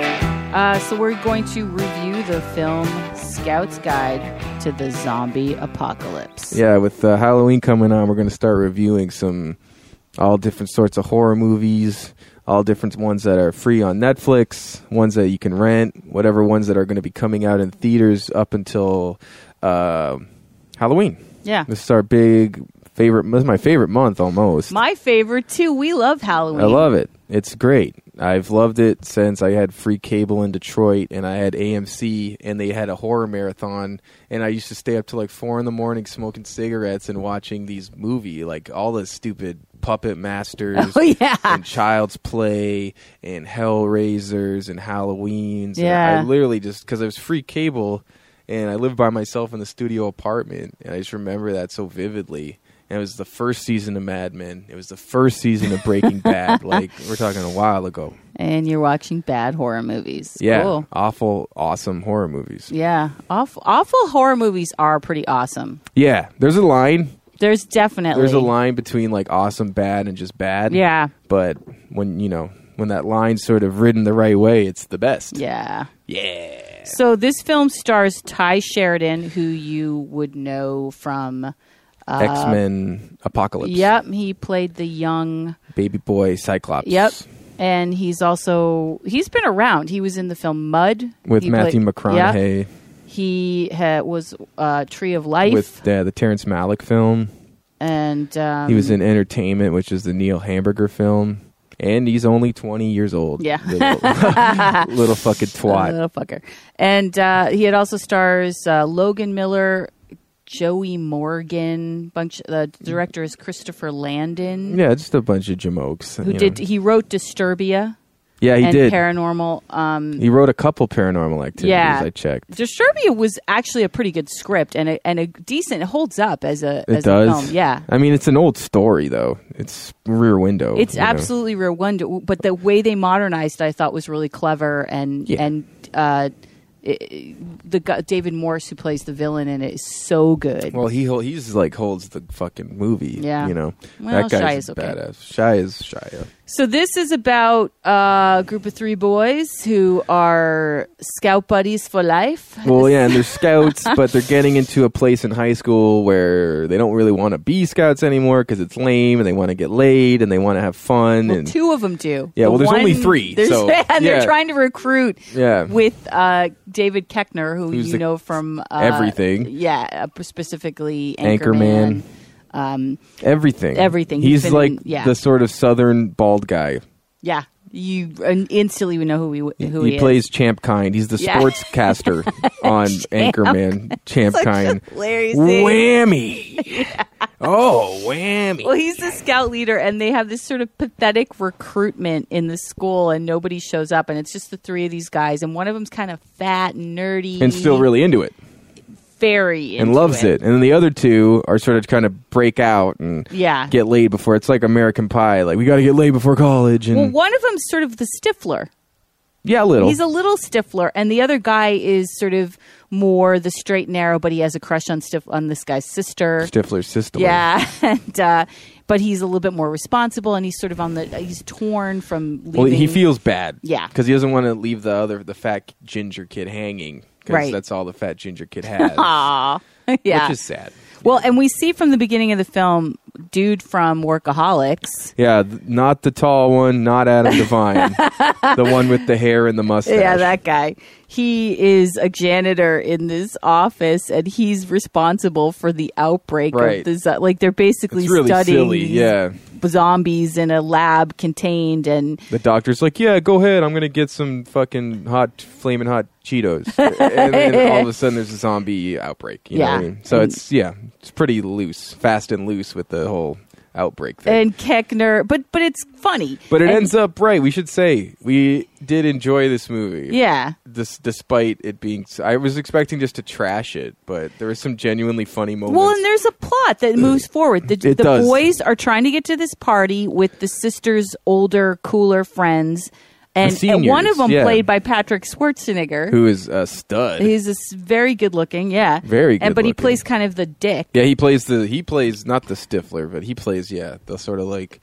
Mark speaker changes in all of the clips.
Speaker 1: Uh, so we're going to review the film Scout's Guide to the Zombie Apocalypse.
Speaker 2: Yeah, with uh, Halloween coming on, we're going to start reviewing some all different sorts of horror movies, all different ones that are free on Netflix, ones that you can rent, whatever ones that are going to be coming out in theaters up until uh, Halloween.
Speaker 1: Yeah.
Speaker 2: This is our big favorite. This is my favorite month almost.
Speaker 1: My favorite too. We love Halloween.
Speaker 2: I love it. It's great. I've loved it since I had free cable in Detroit and I had AMC and they had a horror marathon and I used to stay up till like four in the morning smoking cigarettes and watching these movie like all the stupid puppet masters
Speaker 1: Oh, yeah.
Speaker 2: and child's play and Hellraisers and Halloween's. And
Speaker 1: Yeah.
Speaker 2: I literally just because it was free cable and I lived by myself in the studio apartment and I just remember that so vividly. And it was the first season of Mad Men. It was the first season of Breaking Bad. Like we're talking a while ago.
Speaker 1: And you're watching bad horror movies.
Speaker 2: Yeah.
Speaker 1: Cool.
Speaker 2: Awful, awesome horror movies.
Speaker 1: Yeah. Awful, awful horror movies are pretty awesome.
Speaker 2: Yeah. There's a line.
Speaker 1: There's definitely.
Speaker 2: There's a line between like awesome bad and just bad.
Speaker 1: Yeah.
Speaker 2: But when you know when that line's sort of ridden the right way, it's the best.
Speaker 1: Yeah.
Speaker 2: Yeah.
Speaker 1: So this film stars Ty Sheridan, who you would know from.
Speaker 2: X Men Apocalypse.
Speaker 1: Uh, Yep, he played the young.
Speaker 2: Baby boy Cyclops.
Speaker 1: Yep, and he's also he's been around. He was in the film Mud
Speaker 2: With
Speaker 1: He
Speaker 2: Matthew
Speaker 1: played- Yep.
Speaker 2: McConaughey.
Speaker 1: He ha- was uh, Tree of Life,
Speaker 2: With uh, the Terrence Malick film.
Speaker 1: and um,
Speaker 2: He was in Entertainment, which is the Neil Hamburger film. And he's only 20 years old.
Speaker 1: Yeah.
Speaker 2: Little, little fucking
Speaker 1: a
Speaker 2: twat.
Speaker 1: little fucker. And uh, he had also stars uh, Logan Miller, Joey Morgan. Bunch. The director is Christopher Landon,
Speaker 2: Yeah, just a bunch of jamokes.
Speaker 1: who did he wrote Disturbia
Speaker 2: Yeah, he
Speaker 1: and
Speaker 2: did.
Speaker 1: Paranormal. Um,
Speaker 2: he wrote a couple paranormal activities,
Speaker 1: Yeah.
Speaker 2: I checked.
Speaker 1: Disturbia was actually a pretty good script and a, and a decent. It holds up as a
Speaker 2: It
Speaker 1: as
Speaker 2: does.
Speaker 1: a film. Yeah,
Speaker 2: I mean, it's an old story, though. It's rear window.
Speaker 1: it's
Speaker 2: you know.
Speaker 1: absolutely Rear Window, but the way they modernized, it, I thought, was really clever and
Speaker 2: Yeah.
Speaker 1: and uh, it, the gu- David Morris who plays the villain in it is so good.
Speaker 2: Well, he hol- he's like holds the fucking movie.
Speaker 1: Yeah.
Speaker 2: You know,
Speaker 1: Well,
Speaker 2: that guy's
Speaker 1: Shia's okay.
Speaker 2: badass. Shy is shy.
Speaker 1: so this is about uh, a group of three boys who are scout buddies for life.
Speaker 2: Well, yeah, and they're scouts, but they're getting into a place in high school where they don't really want to be scouts anymore because it's lame, and they want to get laid, and they want to have fun,
Speaker 1: Well,
Speaker 2: and
Speaker 1: two of them do.
Speaker 2: Yeah,
Speaker 1: The
Speaker 2: well, there's only
Speaker 1: one-
Speaker 2: three,
Speaker 1: there's-
Speaker 2: so,
Speaker 1: and they're
Speaker 2: yeah.
Speaker 1: trying to recruit
Speaker 2: Yeah.
Speaker 1: with uh, David Keckner, who
Speaker 2: Who's
Speaker 1: you
Speaker 2: the-
Speaker 1: know from uh,
Speaker 2: everything.
Speaker 1: Yeah, uh, specifically Anchorman.
Speaker 2: Anchorman.
Speaker 1: Um,
Speaker 2: everything,
Speaker 1: Everything. He's
Speaker 2: He's,
Speaker 1: been
Speaker 2: like
Speaker 1: in- yeah.
Speaker 2: the sort of southern bald guy.
Speaker 1: yeah, you and instantly would know who he who he, is.
Speaker 2: plays Champ Kind. He's the
Speaker 1: Yeah.
Speaker 2: sportscaster on Anchorman. Champ
Speaker 1: Such a
Speaker 2: Kind.
Speaker 1: hilarious name.
Speaker 2: Whammy. Oh, whammy.
Speaker 1: Well, he's the scout leader, and they have this sort of pathetic recruitment in the school, and nobody shows up, and it's just the three of these guys, and one of them's kind of fat and nerdy,
Speaker 2: and still really into it
Speaker 1: very
Speaker 2: and
Speaker 1: into
Speaker 2: loves it. And then the other two are sort of trying to break out and
Speaker 1: Yeah.
Speaker 2: get laid before it's like American Pie. Like we got to get laid before college. And
Speaker 1: Well, one of them's sort of the stiffler.
Speaker 2: yeah, a little.
Speaker 1: He's a little stiffler, and the other guy is sort of more the straight and narrow, but he has a crush on stiff on this guy's sister.
Speaker 2: Stifler's sister.
Speaker 1: Yeah, and uh, but he's a little bit more responsible, and he's sort of on the he's torn from leaving.
Speaker 2: Well, he feels bad.
Speaker 1: Yeah.
Speaker 2: because he doesn't want to leave the other the fat ginger kid hanging. 'cause
Speaker 1: Right.
Speaker 2: That's all the fat ginger kid has.
Speaker 1: Aw. yeah.
Speaker 2: Which is sad.
Speaker 1: well, and we see from the beginning of the film, dude from Workaholics.
Speaker 2: Yeah, th- not the tall one, not Adam Devine, the one with the hair and the mustache.
Speaker 1: Yeah, that guy. He is a janitor in this office, and he's responsible for the outbreak of
Speaker 2: Right.
Speaker 1: this. Like they're basically
Speaker 2: It's really
Speaker 1: studying
Speaker 2: silly,
Speaker 1: these
Speaker 2: yeah.
Speaker 1: zombies in a lab contained, and
Speaker 2: the doctor's like, "Yeah, go ahead. I'm gonna get some fucking hot, flaming hot Cheetos," and then all of a sudden there's a zombie outbreak. You know what I
Speaker 1: Yeah.
Speaker 2: mean? So it's yeah, it's pretty loose, fast and loose with the whole outbreak thing.
Speaker 1: and Keckner. But but it's funny.
Speaker 2: but it
Speaker 1: And-
Speaker 2: ends up right. We should say we did enjoy this movie.
Speaker 1: Yeah.
Speaker 2: This, despite it being, I was expecting just to trash it, but there was some genuinely funny moments.
Speaker 1: Well, and there's a plot that moves forward. The,
Speaker 2: It
Speaker 1: the
Speaker 2: does.
Speaker 1: boys are trying to get to this party with the sister's older, cooler friends, and,
Speaker 2: The
Speaker 1: and one of
Speaker 2: seniors,
Speaker 1: them
Speaker 2: yeah.
Speaker 1: played by Patrick Schwarzenegger.
Speaker 2: who is a stud?
Speaker 1: He's a s- very good looking, yeah,
Speaker 2: Very
Speaker 1: And but he
Speaker 2: good-looking.
Speaker 1: plays kind of the dick.
Speaker 2: Yeah, he plays the he plays not the Stifler, but he plays yeah the sort of like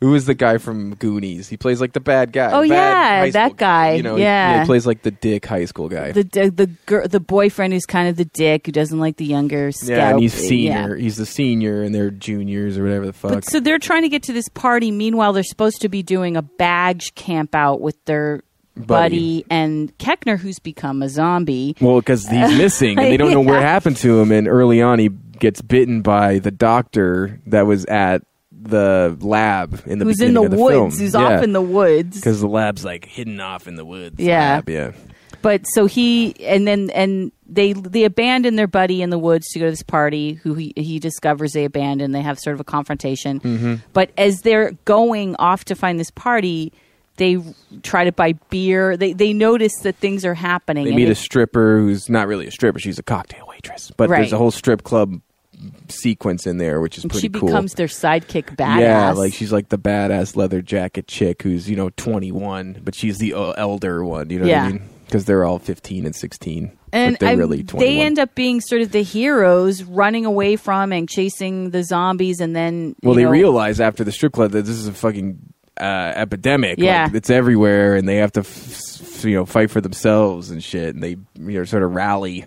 Speaker 2: Who is the guy from Goonies? He plays like the bad guy.
Speaker 1: Oh,
Speaker 2: bad
Speaker 1: yeah,
Speaker 2: high school
Speaker 1: that guy.
Speaker 2: You know, he-
Speaker 1: Yeah.
Speaker 2: he plays like the dick high school guy.
Speaker 1: The the the, gir- the boyfriend who's kind of the dick who doesn't like the younger scout.
Speaker 2: yeah, and he's
Speaker 1: Yeah.
Speaker 2: senior. He's the senior, and they're juniors or whatever the fuck.
Speaker 1: But so they're trying to get to this party. Meanwhile, they're supposed to be doing a badge camp out with their buddy,
Speaker 2: Buddy.
Speaker 1: and Keckner, who's become a zombie.
Speaker 2: Well, because he's missing, and they don't know what happened to him. And early on, he gets bitten by the doctor that was at the lab in the
Speaker 1: Who's in
Speaker 2: beginning
Speaker 1: the,
Speaker 2: of the
Speaker 1: woods?
Speaker 2: Film.
Speaker 1: Who's off in the woods?
Speaker 2: because the lab's like hidden off in the woods.
Speaker 1: Yeah.
Speaker 2: lab, yeah.
Speaker 1: But so he and then and they they abandon their buddy in the woods to go to this party. Who he, he discovers they abandon. They have sort of a confrontation.
Speaker 2: Mm-hmm.
Speaker 1: But as they're going off to find this party, they try to buy beer. They they notice that things are happening.
Speaker 2: They
Speaker 1: and
Speaker 2: meet
Speaker 1: it-
Speaker 2: a stripper who's not really a stripper; she's a cocktail waitress. But
Speaker 1: Right.
Speaker 2: there's a whole strip club sequence in there, which is pretty
Speaker 1: she
Speaker 2: cool.
Speaker 1: becomes their sidekick badass.
Speaker 2: Yeah, like she's like the badass leather jacket chick who's you know 21, but she's the uh, elder one. You know
Speaker 1: Yeah.
Speaker 2: what I mean? Because they're all 15 and 16,
Speaker 1: and
Speaker 2: but they're
Speaker 1: I-
Speaker 2: really 21.
Speaker 1: they end up being sort of the heroes, running away from and chasing the zombies, and then
Speaker 2: Well,
Speaker 1: you
Speaker 2: they
Speaker 1: know,
Speaker 2: realize after the strip club that this is a fucking uh, epidemic.
Speaker 1: Yeah.
Speaker 2: like, it's everywhere, and they have to, f- f- you know, fight for themselves and shit. And they, you know, sort of rally,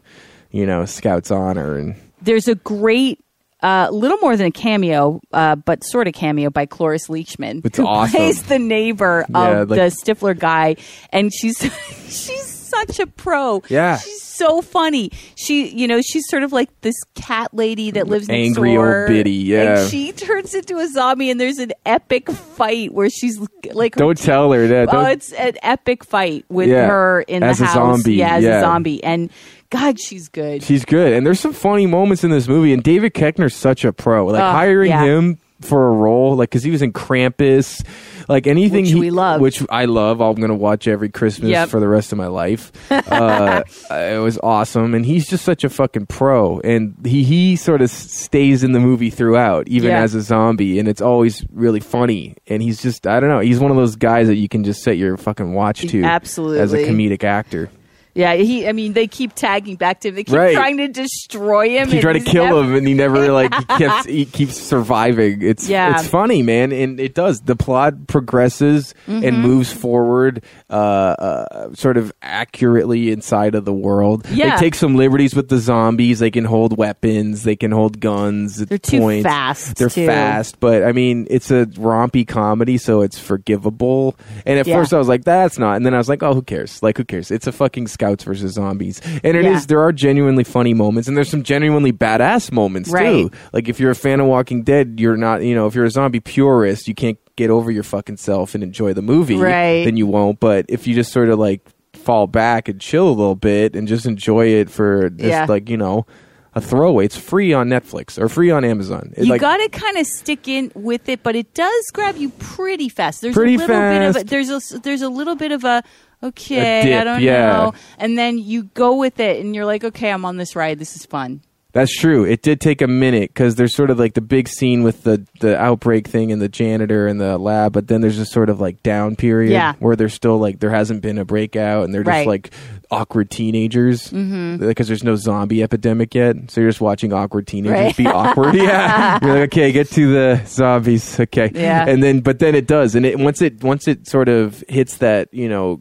Speaker 2: you know, Scouts Honor and
Speaker 1: there's a great. uh, little more than a cameo, uh, but sort of cameo by Cloris Leachman,
Speaker 2: It's
Speaker 1: who
Speaker 2: awesome.
Speaker 1: plays the neighbor
Speaker 2: Yeah,
Speaker 1: of
Speaker 2: like-
Speaker 1: the Stifler guy, and she's she's such a pro.
Speaker 2: Yeah.
Speaker 1: she's so funny. She, you know, she's sort of like this cat lady that lives next
Speaker 2: Angry old
Speaker 1: door,
Speaker 2: biddy,
Speaker 1: and
Speaker 2: yeah.
Speaker 1: she turns into a zombie, and there's an epic fight where she's like, her
Speaker 2: don't tell her that.
Speaker 1: Oh,
Speaker 2: don't-
Speaker 1: it's an epic fight with
Speaker 2: Yeah.
Speaker 1: her in
Speaker 2: As
Speaker 1: the
Speaker 2: a
Speaker 1: house.
Speaker 2: zombie,
Speaker 1: Yeah, as a
Speaker 2: yeah.
Speaker 1: zombie. And God, she's good.
Speaker 2: She's good, and there's some funny moments in this movie. And David Keckner's such a pro. Like
Speaker 1: Ugh,
Speaker 2: hiring
Speaker 1: yeah.
Speaker 2: him for a role, like because he was in Krampus, like anything
Speaker 1: Which
Speaker 2: he-
Speaker 1: we love.
Speaker 2: which I love. I'm gonna watch every Christmas
Speaker 1: Yep.
Speaker 2: for the rest of my life. uh, it was awesome, and he's just such a fucking pro. And he he sort of s- stays in the movie throughout, even
Speaker 1: Yeah.
Speaker 2: as a zombie, and it's always really funny. And he's just I don't know, he's one of those guys that you can just set your fucking watch to, as a
Speaker 1: Absolutely.
Speaker 2: comedic actor.
Speaker 1: yeah, he. I mean, they keep tagging back to him. They keep
Speaker 2: Right.
Speaker 1: trying to destroy him.
Speaker 2: He
Speaker 1: and
Speaker 2: tried to
Speaker 1: he's
Speaker 2: kill
Speaker 1: never-
Speaker 2: him, and he never like he kept he keeps surviving. It's
Speaker 1: Yeah.
Speaker 2: it's funny, man, and it does. The plot progresses
Speaker 1: Mm-hmm.
Speaker 2: and moves forward, uh, uh, sort of accurately inside of the world.
Speaker 1: Yeah.
Speaker 2: They take some liberties with the zombies. They can hold weapons. They can hold guns. At
Speaker 1: They're too
Speaker 2: points.
Speaker 1: fast,
Speaker 2: They're
Speaker 1: too.
Speaker 2: fast, but I mean, it's a rompy comedy, so it's forgivable. And at
Speaker 1: Yeah.
Speaker 2: first, I was like, "That's not," and then I was like, "Oh, who cares? Like, who cares? It's a fucking Scouts versus zombies," and it is.
Speaker 1: Yeah.
Speaker 2: There are genuinely funny moments, and there's some genuinely badass moments
Speaker 1: Right.
Speaker 2: too. Like if you're a fan of Walking Dead, you're not. You know, if you're a zombie purist, you can't get over your fucking self and enjoy the movie.
Speaker 1: Right.
Speaker 2: Then you won't. But if you just sort of like fall back and chill a little bit and just enjoy it for just
Speaker 1: Yeah.
Speaker 2: like you know. A throwaway. It's free on Netflix or free on Amazon. It,
Speaker 1: You
Speaker 2: like,
Speaker 1: got to kind of stick in with it, but it does grab you pretty fast. There's
Speaker 2: Pretty
Speaker 1: a little bit of a,
Speaker 2: fast.
Speaker 1: there's a there's a little bit of a okay,
Speaker 2: A dip,
Speaker 1: I don't
Speaker 2: yeah.
Speaker 1: know, and then you go with it, and you're like, okay, I'm on this ride. This is fun.
Speaker 2: That's true. It did take a minute because there's sort of like the big scene with the the outbreak thing and the janitor and the lab, but then there's this sort of like down period
Speaker 1: Yeah.
Speaker 2: where there's still like there hasn't been a breakout and they're just
Speaker 1: Right. Mm-hmm.
Speaker 2: like awkward teenagers because there's no zombie epidemic yet. So you're just watching awkward teenagers
Speaker 1: Right.
Speaker 2: be awkward. yeah, you're like okay, get to the zombies. Okay,
Speaker 1: Yeah.
Speaker 2: and then but then it does, and it once it once it sort of hits that you know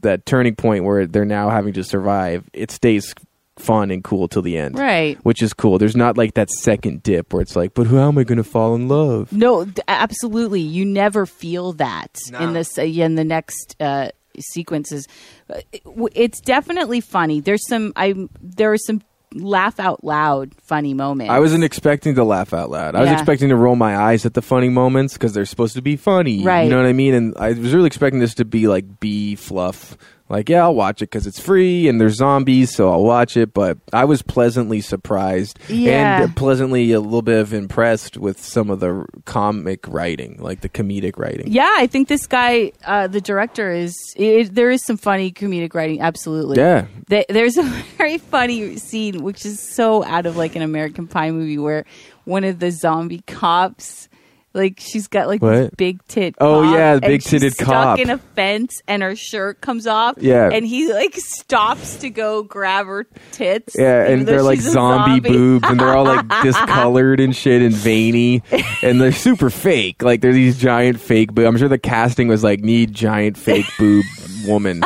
Speaker 2: that turning point where they're now having to survive, it stays fun and cool till the end
Speaker 1: Right.
Speaker 2: which is cool. There's not like that second dip where it's like, but how am I going to fall in love?
Speaker 1: No, d- absolutely. You never feel that in
Speaker 2: No.
Speaker 1: this in the next uh, sequences. Uh, it- w- It's definitely funny. There's some I there are some laugh out loud funny moments.
Speaker 2: I wasn't expecting to laugh out loud. I was
Speaker 1: Yeah.
Speaker 2: expecting to roll my eyes at the funny moments because they're supposed to be funny.
Speaker 1: Right.
Speaker 2: You know what I mean? And I was really expecting this to be like B fluff. Like, yeah, I'll watch it because it's free and there's zombies, so I'll watch it. But I was pleasantly surprised
Speaker 1: Yeah.
Speaker 2: and pleasantly a little bit of impressed with some of the comic writing, like the comedic writing.
Speaker 1: yeah, I think this guy, uh, the director, is it, there is some funny comedic writing. Absolutely.
Speaker 2: Yeah.
Speaker 1: Th- There's a very funny scene, which is so out of like an American Pie movie, where one of the zombie cops Like she's got like
Speaker 2: What?
Speaker 1: this big tit.
Speaker 2: Oh,
Speaker 1: cop,
Speaker 2: yeah,
Speaker 1: and
Speaker 2: big-titted
Speaker 1: she's
Speaker 2: cop.
Speaker 1: stuck in a fence, and her shirt comes off.
Speaker 2: Yeah.
Speaker 1: and he like stops to go grab her tits.
Speaker 2: Yeah,
Speaker 1: even
Speaker 2: and
Speaker 1: though
Speaker 2: they're like
Speaker 1: she's a
Speaker 2: zombie, boobs, and they're all like discolored and shit and veiny, and they're super fake. Like they're these giant fake. But I'm sure the casting was like need giant fake boob woman,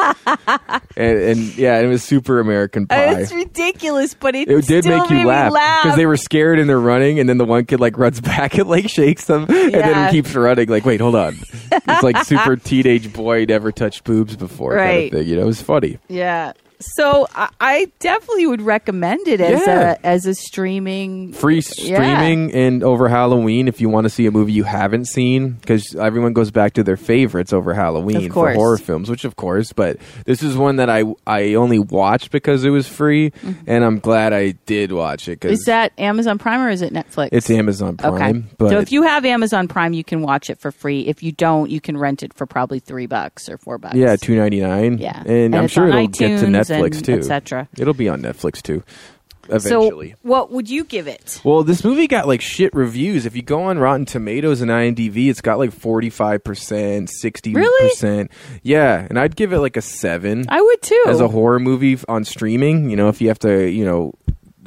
Speaker 2: and, and yeah, it was super American
Speaker 1: Uh,
Speaker 2: Pie.
Speaker 1: It's ridiculous, but it,
Speaker 2: It did
Speaker 1: still
Speaker 2: make you
Speaker 1: made me
Speaker 2: laugh
Speaker 1: laugh.
Speaker 2: they were scared and they're running, and then the one kid like runs back and like shakes them, and then
Speaker 1: Yeah.
Speaker 2: keeps running. Like, wait, hold on, it's like super teenage boy never touched boobs before, Kind
Speaker 1: Right.
Speaker 2: of thing. You know, it was funny.
Speaker 1: Yeah. So I, I definitely would recommend it as
Speaker 2: Yeah.
Speaker 1: a as a streaming.
Speaker 2: free streaming and over Halloween if you want to see a movie you haven't seen because everyone goes back to their favorites over Halloween
Speaker 1: Of
Speaker 2: for
Speaker 1: course.
Speaker 2: horror films, which of course. But this is one that I I only watched because it was free, and I'm glad I did watch it
Speaker 1: Mm-hmm. Is
Speaker 2: because
Speaker 1: that Amazon Prime or is it Netflix?
Speaker 2: it's Amazon Prime.
Speaker 1: Okay.
Speaker 2: But
Speaker 1: so if you have Amazon Prime, you can watch it for free. If you don't, you can rent it for probably three bucks or four bucks.
Speaker 2: yeah, two ninety nine.
Speaker 1: Yeah.
Speaker 2: and,
Speaker 1: And
Speaker 2: I'm
Speaker 1: it's
Speaker 2: sure
Speaker 1: on
Speaker 2: it'll get to
Speaker 1: iTunes
Speaker 2: Netflix
Speaker 1: and
Speaker 2: too.
Speaker 1: et cetera.
Speaker 2: It'll be on Netflix too, eventually.
Speaker 1: So what would you give it?
Speaker 2: Well, this movie got like shit reviews. If you go on Rotten Tomatoes and IMDb, it's got like 45%, 60%.
Speaker 1: Really?
Speaker 2: Yeah, and I'd give it like a 7
Speaker 1: I would too.
Speaker 2: as a horror movie f- on streaming, you know, if you have to, you know,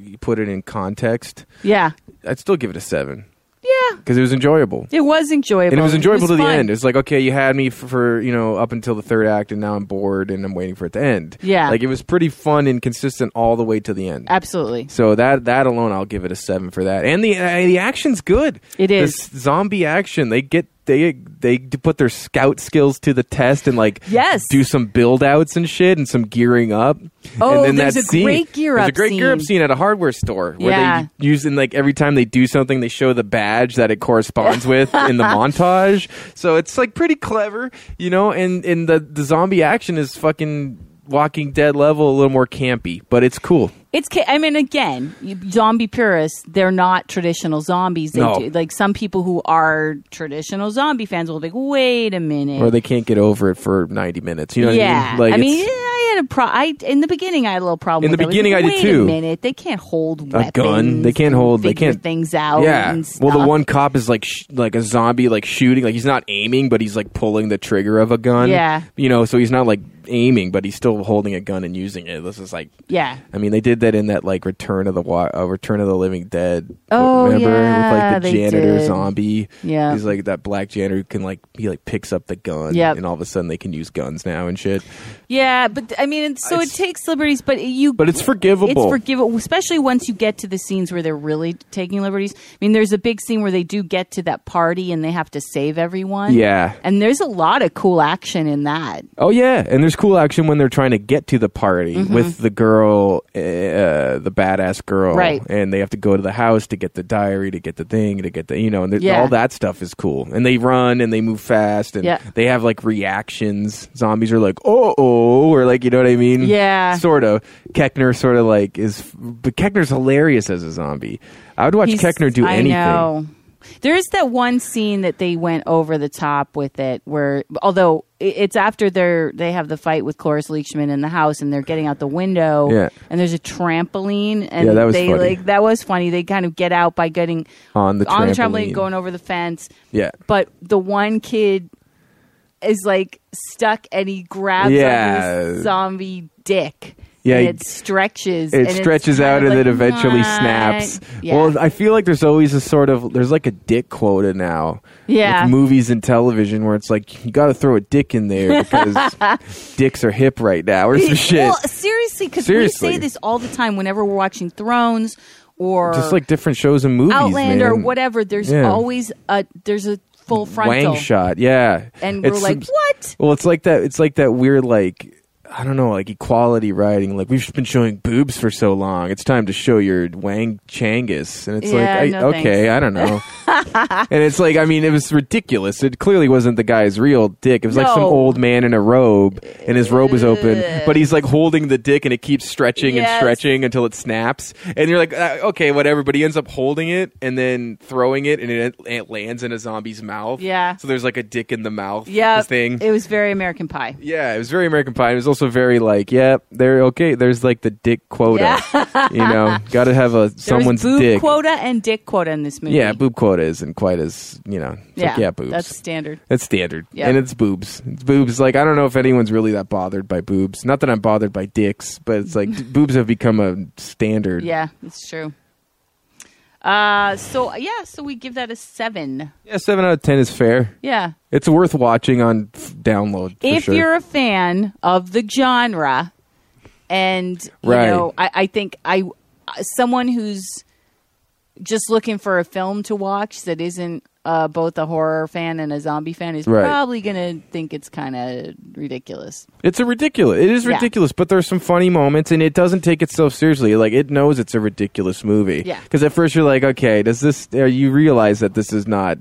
Speaker 2: you put it in context,
Speaker 1: yeah,
Speaker 2: I'd still give it a 7
Speaker 1: yeah.
Speaker 2: cuz it was enjoyable.
Speaker 1: It was enjoyable.
Speaker 2: And it was enjoyable to the
Speaker 1: fun.
Speaker 2: end. It's like, okay, you had me for, for, you know, up until the third act and now I'm bored and I'm waiting for it to end.
Speaker 1: Yeah.
Speaker 2: Like it was pretty fun and consistent all the way to the end.
Speaker 1: Absolutely.
Speaker 2: So that that alone, I'll give it a seven for that. And the uh, the action's good.
Speaker 1: It is.
Speaker 2: this zombie action. They get they they d- put their scout skills to the test and like
Speaker 1: Yes.
Speaker 2: do some build outs and shit and some gearing up.
Speaker 1: Oh,
Speaker 2: and then
Speaker 1: there's
Speaker 2: that
Speaker 1: a
Speaker 2: scene,
Speaker 1: great gear
Speaker 2: there's a
Speaker 1: up
Speaker 2: great gear up
Speaker 1: scene.
Speaker 2: scene at a hardware store where
Speaker 1: Yeah.
Speaker 2: they use and like every time they do something, they show the badge that it corresponds with in the montage. So it's like pretty clever, you know. And and the the zombie action is fucking. Walking Dead level, a little more campy, but it's cool.
Speaker 1: It's. ca- I mean, again, you- zombie purists. They're not traditional zombies. They
Speaker 2: No.
Speaker 1: do, like some people who are traditional zombie fans will be like, "Wait a minute."
Speaker 2: or they can't get over it for 90 minutes. You know
Speaker 1: yeah,
Speaker 2: what I mean?
Speaker 1: I mean,
Speaker 2: it's-
Speaker 1: yeah, I had a pro. I in the beginning, I had a little problem.
Speaker 2: In
Speaker 1: with
Speaker 2: the
Speaker 1: that. was
Speaker 2: beginning,
Speaker 1: like,
Speaker 2: I did
Speaker 1: Wait
Speaker 2: too.
Speaker 1: A minute, they can't hold
Speaker 2: A gun. They can't hold- they can't-
Speaker 1: things out.
Speaker 2: yeah.
Speaker 1: and
Speaker 2: Well, the
Speaker 1: stuff.
Speaker 2: one cop is like sh- like a zombie, like shooting. Like he's not aiming, but he's like pulling the trigger of a gun.
Speaker 1: Yeah.
Speaker 2: You know, so he's not like aiming, but he's still holding a gun and using it. This is like.
Speaker 1: yeah,
Speaker 2: I mean, they did that in that like Return of the Wa- uh, Return of the Living Dead.
Speaker 1: Oh,
Speaker 2: remember
Speaker 1: yeah,
Speaker 2: with like the
Speaker 1: they
Speaker 2: janitor
Speaker 1: did.
Speaker 2: zombie.
Speaker 1: Yeah.
Speaker 2: he's like that black janitor who can like he like picks up the gun.
Speaker 1: Yep.
Speaker 2: and all of a sudden they can use guns now and shit.
Speaker 1: yeah. But I mean, so
Speaker 2: It's-
Speaker 1: it takes liberties, but you.
Speaker 2: But it's forgivable.
Speaker 1: It's forgivable, especially once you get to the scenes where they're really taking liberties. I mean, there's a big scene where they do get to that party and they have to save everyone.
Speaker 2: Yeah.
Speaker 1: And there's a lot of cool action in that.
Speaker 2: Oh yeah, and there's cool action when they're trying to get to the party
Speaker 1: Mm-hmm.
Speaker 2: with the girl, uh, the badass girl,
Speaker 1: Right.
Speaker 2: And they have to go to the house to get the diary, to get the thing, to get the you know, and
Speaker 1: Yeah.
Speaker 2: all that stuff is cool. And they run and they move fast, and
Speaker 1: Yeah.
Speaker 2: they have like reactions. Zombies are like, oh oh, or like you know what I mean?
Speaker 1: Yeah.
Speaker 2: sort of. Keckner sort of like is, but Keckner's hilarious as a zombie. I would watch
Speaker 1: He's-
Speaker 2: Keckner do
Speaker 1: I
Speaker 2: anything.
Speaker 1: know. There's that one scene that they went over the top with it, where although i- it's after they're they have the fight with Cloris Leachman in the house, and they're getting out the window,
Speaker 2: Yeah.
Speaker 1: and there's a trampoline, and
Speaker 2: Yeah, that was
Speaker 1: they
Speaker 2: funny.
Speaker 1: like that was funny. They kind of get out by getting
Speaker 2: On the
Speaker 1: on the
Speaker 2: trampoline.
Speaker 1: trampoline, going over the fence,
Speaker 2: Yeah.
Speaker 1: but the one kid is like stuck and he grabs
Speaker 2: Yeah.
Speaker 1: on his zombie dick.
Speaker 2: Yeah,
Speaker 1: and
Speaker 2: he-
Speaker 1: it stretches. and
Speaker 2: it
Speaker 1: it's
Speaker 2: stretches
Speaker 1: kind
Speaker 2: out
Speaker 1: of
Speaker 2: and
Speaker 1: like,
Speaker 2: then eventually
Speaker 1: "Mwah."
Speaker 2: snaps.
Speaker 1: Yeah.
Speaker 2: Well, I feel like there's always a sort of there's like a dick quota now.
Speaker 1: Yeah.
Speaker 2: With movies and television where it's like you got to throw a dick in there because dicks are hip right now or some shit.
Speaker 1: Well, seriously, because we
Speaker 2: Seriously.
Speaker 1: say this all the time whenever we're watching Thrones or
Speaker 2: Just like different shows and movies,
Speaker 1: Outland or
Speaker 2: man.
Speaker 1: whatever. There's
Speaker 2: Yeah.
Speaker 1: always a there's a full frontal,
Speaker 2: Wang shot, yeah.
Speaker 1: and we're
Speaker 2: It's
Speaker 1: like,
Speaker 2: some-
Speaker 1: what?
Speaker 2: Well, it's like that. It's like that weird, like I don't know, like equality writing. Like we've been showing boobs for so long, it's time to show your Wang Changus, and it's
Speaker 1: Yeah,
Speaker 2: like, I,
Speaker 1: no
Speaker 2: okay, I don't know. and it's like, I mean, it was ridiculous. It clearly wasn't the guy's real dick. It was like some
Speaker 1: No.
Speaker 2: old man in a robe, and his robe is open, but he's like holding the dick, and it keeps stretching and
Speaker 1: Yes.
Speaker 2: stretching until it snaps. And you're like, uh, okay, whatever. But he ends up holding it and then throwing it, and it, it lands in a zombie's mouth.
Speaker 1: Yeah.
Speaker 2: So there's like a dick in the mouth.
Speaker 1: Yeah,
Speaker 2: Thing.
Speaker 1: It was very American Pie.
Speaker 2: Yeah, it was very American Pie. It was also also very like, yeah, they're okay. There's like the dick quota, you know. Got to have a someone's
Speaker 1: There's boob
Speaker 2: dick.
Speaker 1: quota and dick quota in this movie.
Speaker 2: Yeah, boob quota isn't quite as you know. it's like, yeah, boobs.
Speaker 1: That's standard.
Speaker 2: That's standard.
Speaker 1: Yeah.
Speaker 2: And it's boobs. It's boobs. Like, I don't know if anyone's really that bothered by boobs. Not that I'm bothered by dicks, but it's like d- boobs have become a standard.
Speaker 1: Yeah, it's true. Uh, so yeah, so we give that a seven.
Speaker 2: Yeah, 7 out of 10 is fair.
Speaker 1: Yeah,
Speaker 2: It's worth watching on f- download. For
Speaker 1: if
Speaker 2: sure.
Speaker 1: you're a fan of the genre, and you
Speaker 2: Right.
Speaker 1: know, I, I think I someone who's just looking for a film to watch that isn't uh, both a horror fan and a zombie fan is
Speaker 2: Right.
Speaker 1: probably gonna think it's kind of ridiculous.
Speaker 2: It's a ridiculous. It is
Speaker 1: Yeah.
Speaker 2: ridiculous, but there's some funny moments, and it doesn't take itself seriously. Like it knows it's a ridiculous movie.
Speaker 1: Yeah.
Speaker 2: Because at first you're like, okay, does this? Uh, you realize that this is not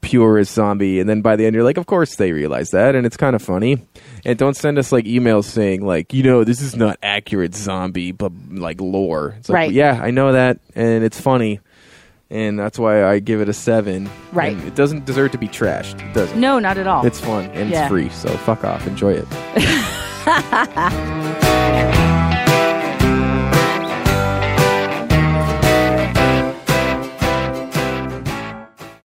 Speaker 2: pure as zombie, and then by the end you're like, of course they realize that, and it's kind of funny. And don't send us like emails saying like, you know, this is not accurate zombie, but like lore. It's like,
Speaker 1: Right.
Speaker 2: Yeah, I know that, and it's funny, and that's why I give it a seven.
Speaker 1: Right.
Speaker 2: And it doesn't deserve to be trashed. It doesn't.
Speaker 1: No, not at all.
Speaker 2: It's fun and
Speaker 1: Yeah.
Speaker 2: it's free, so fuck off. Enjoy it.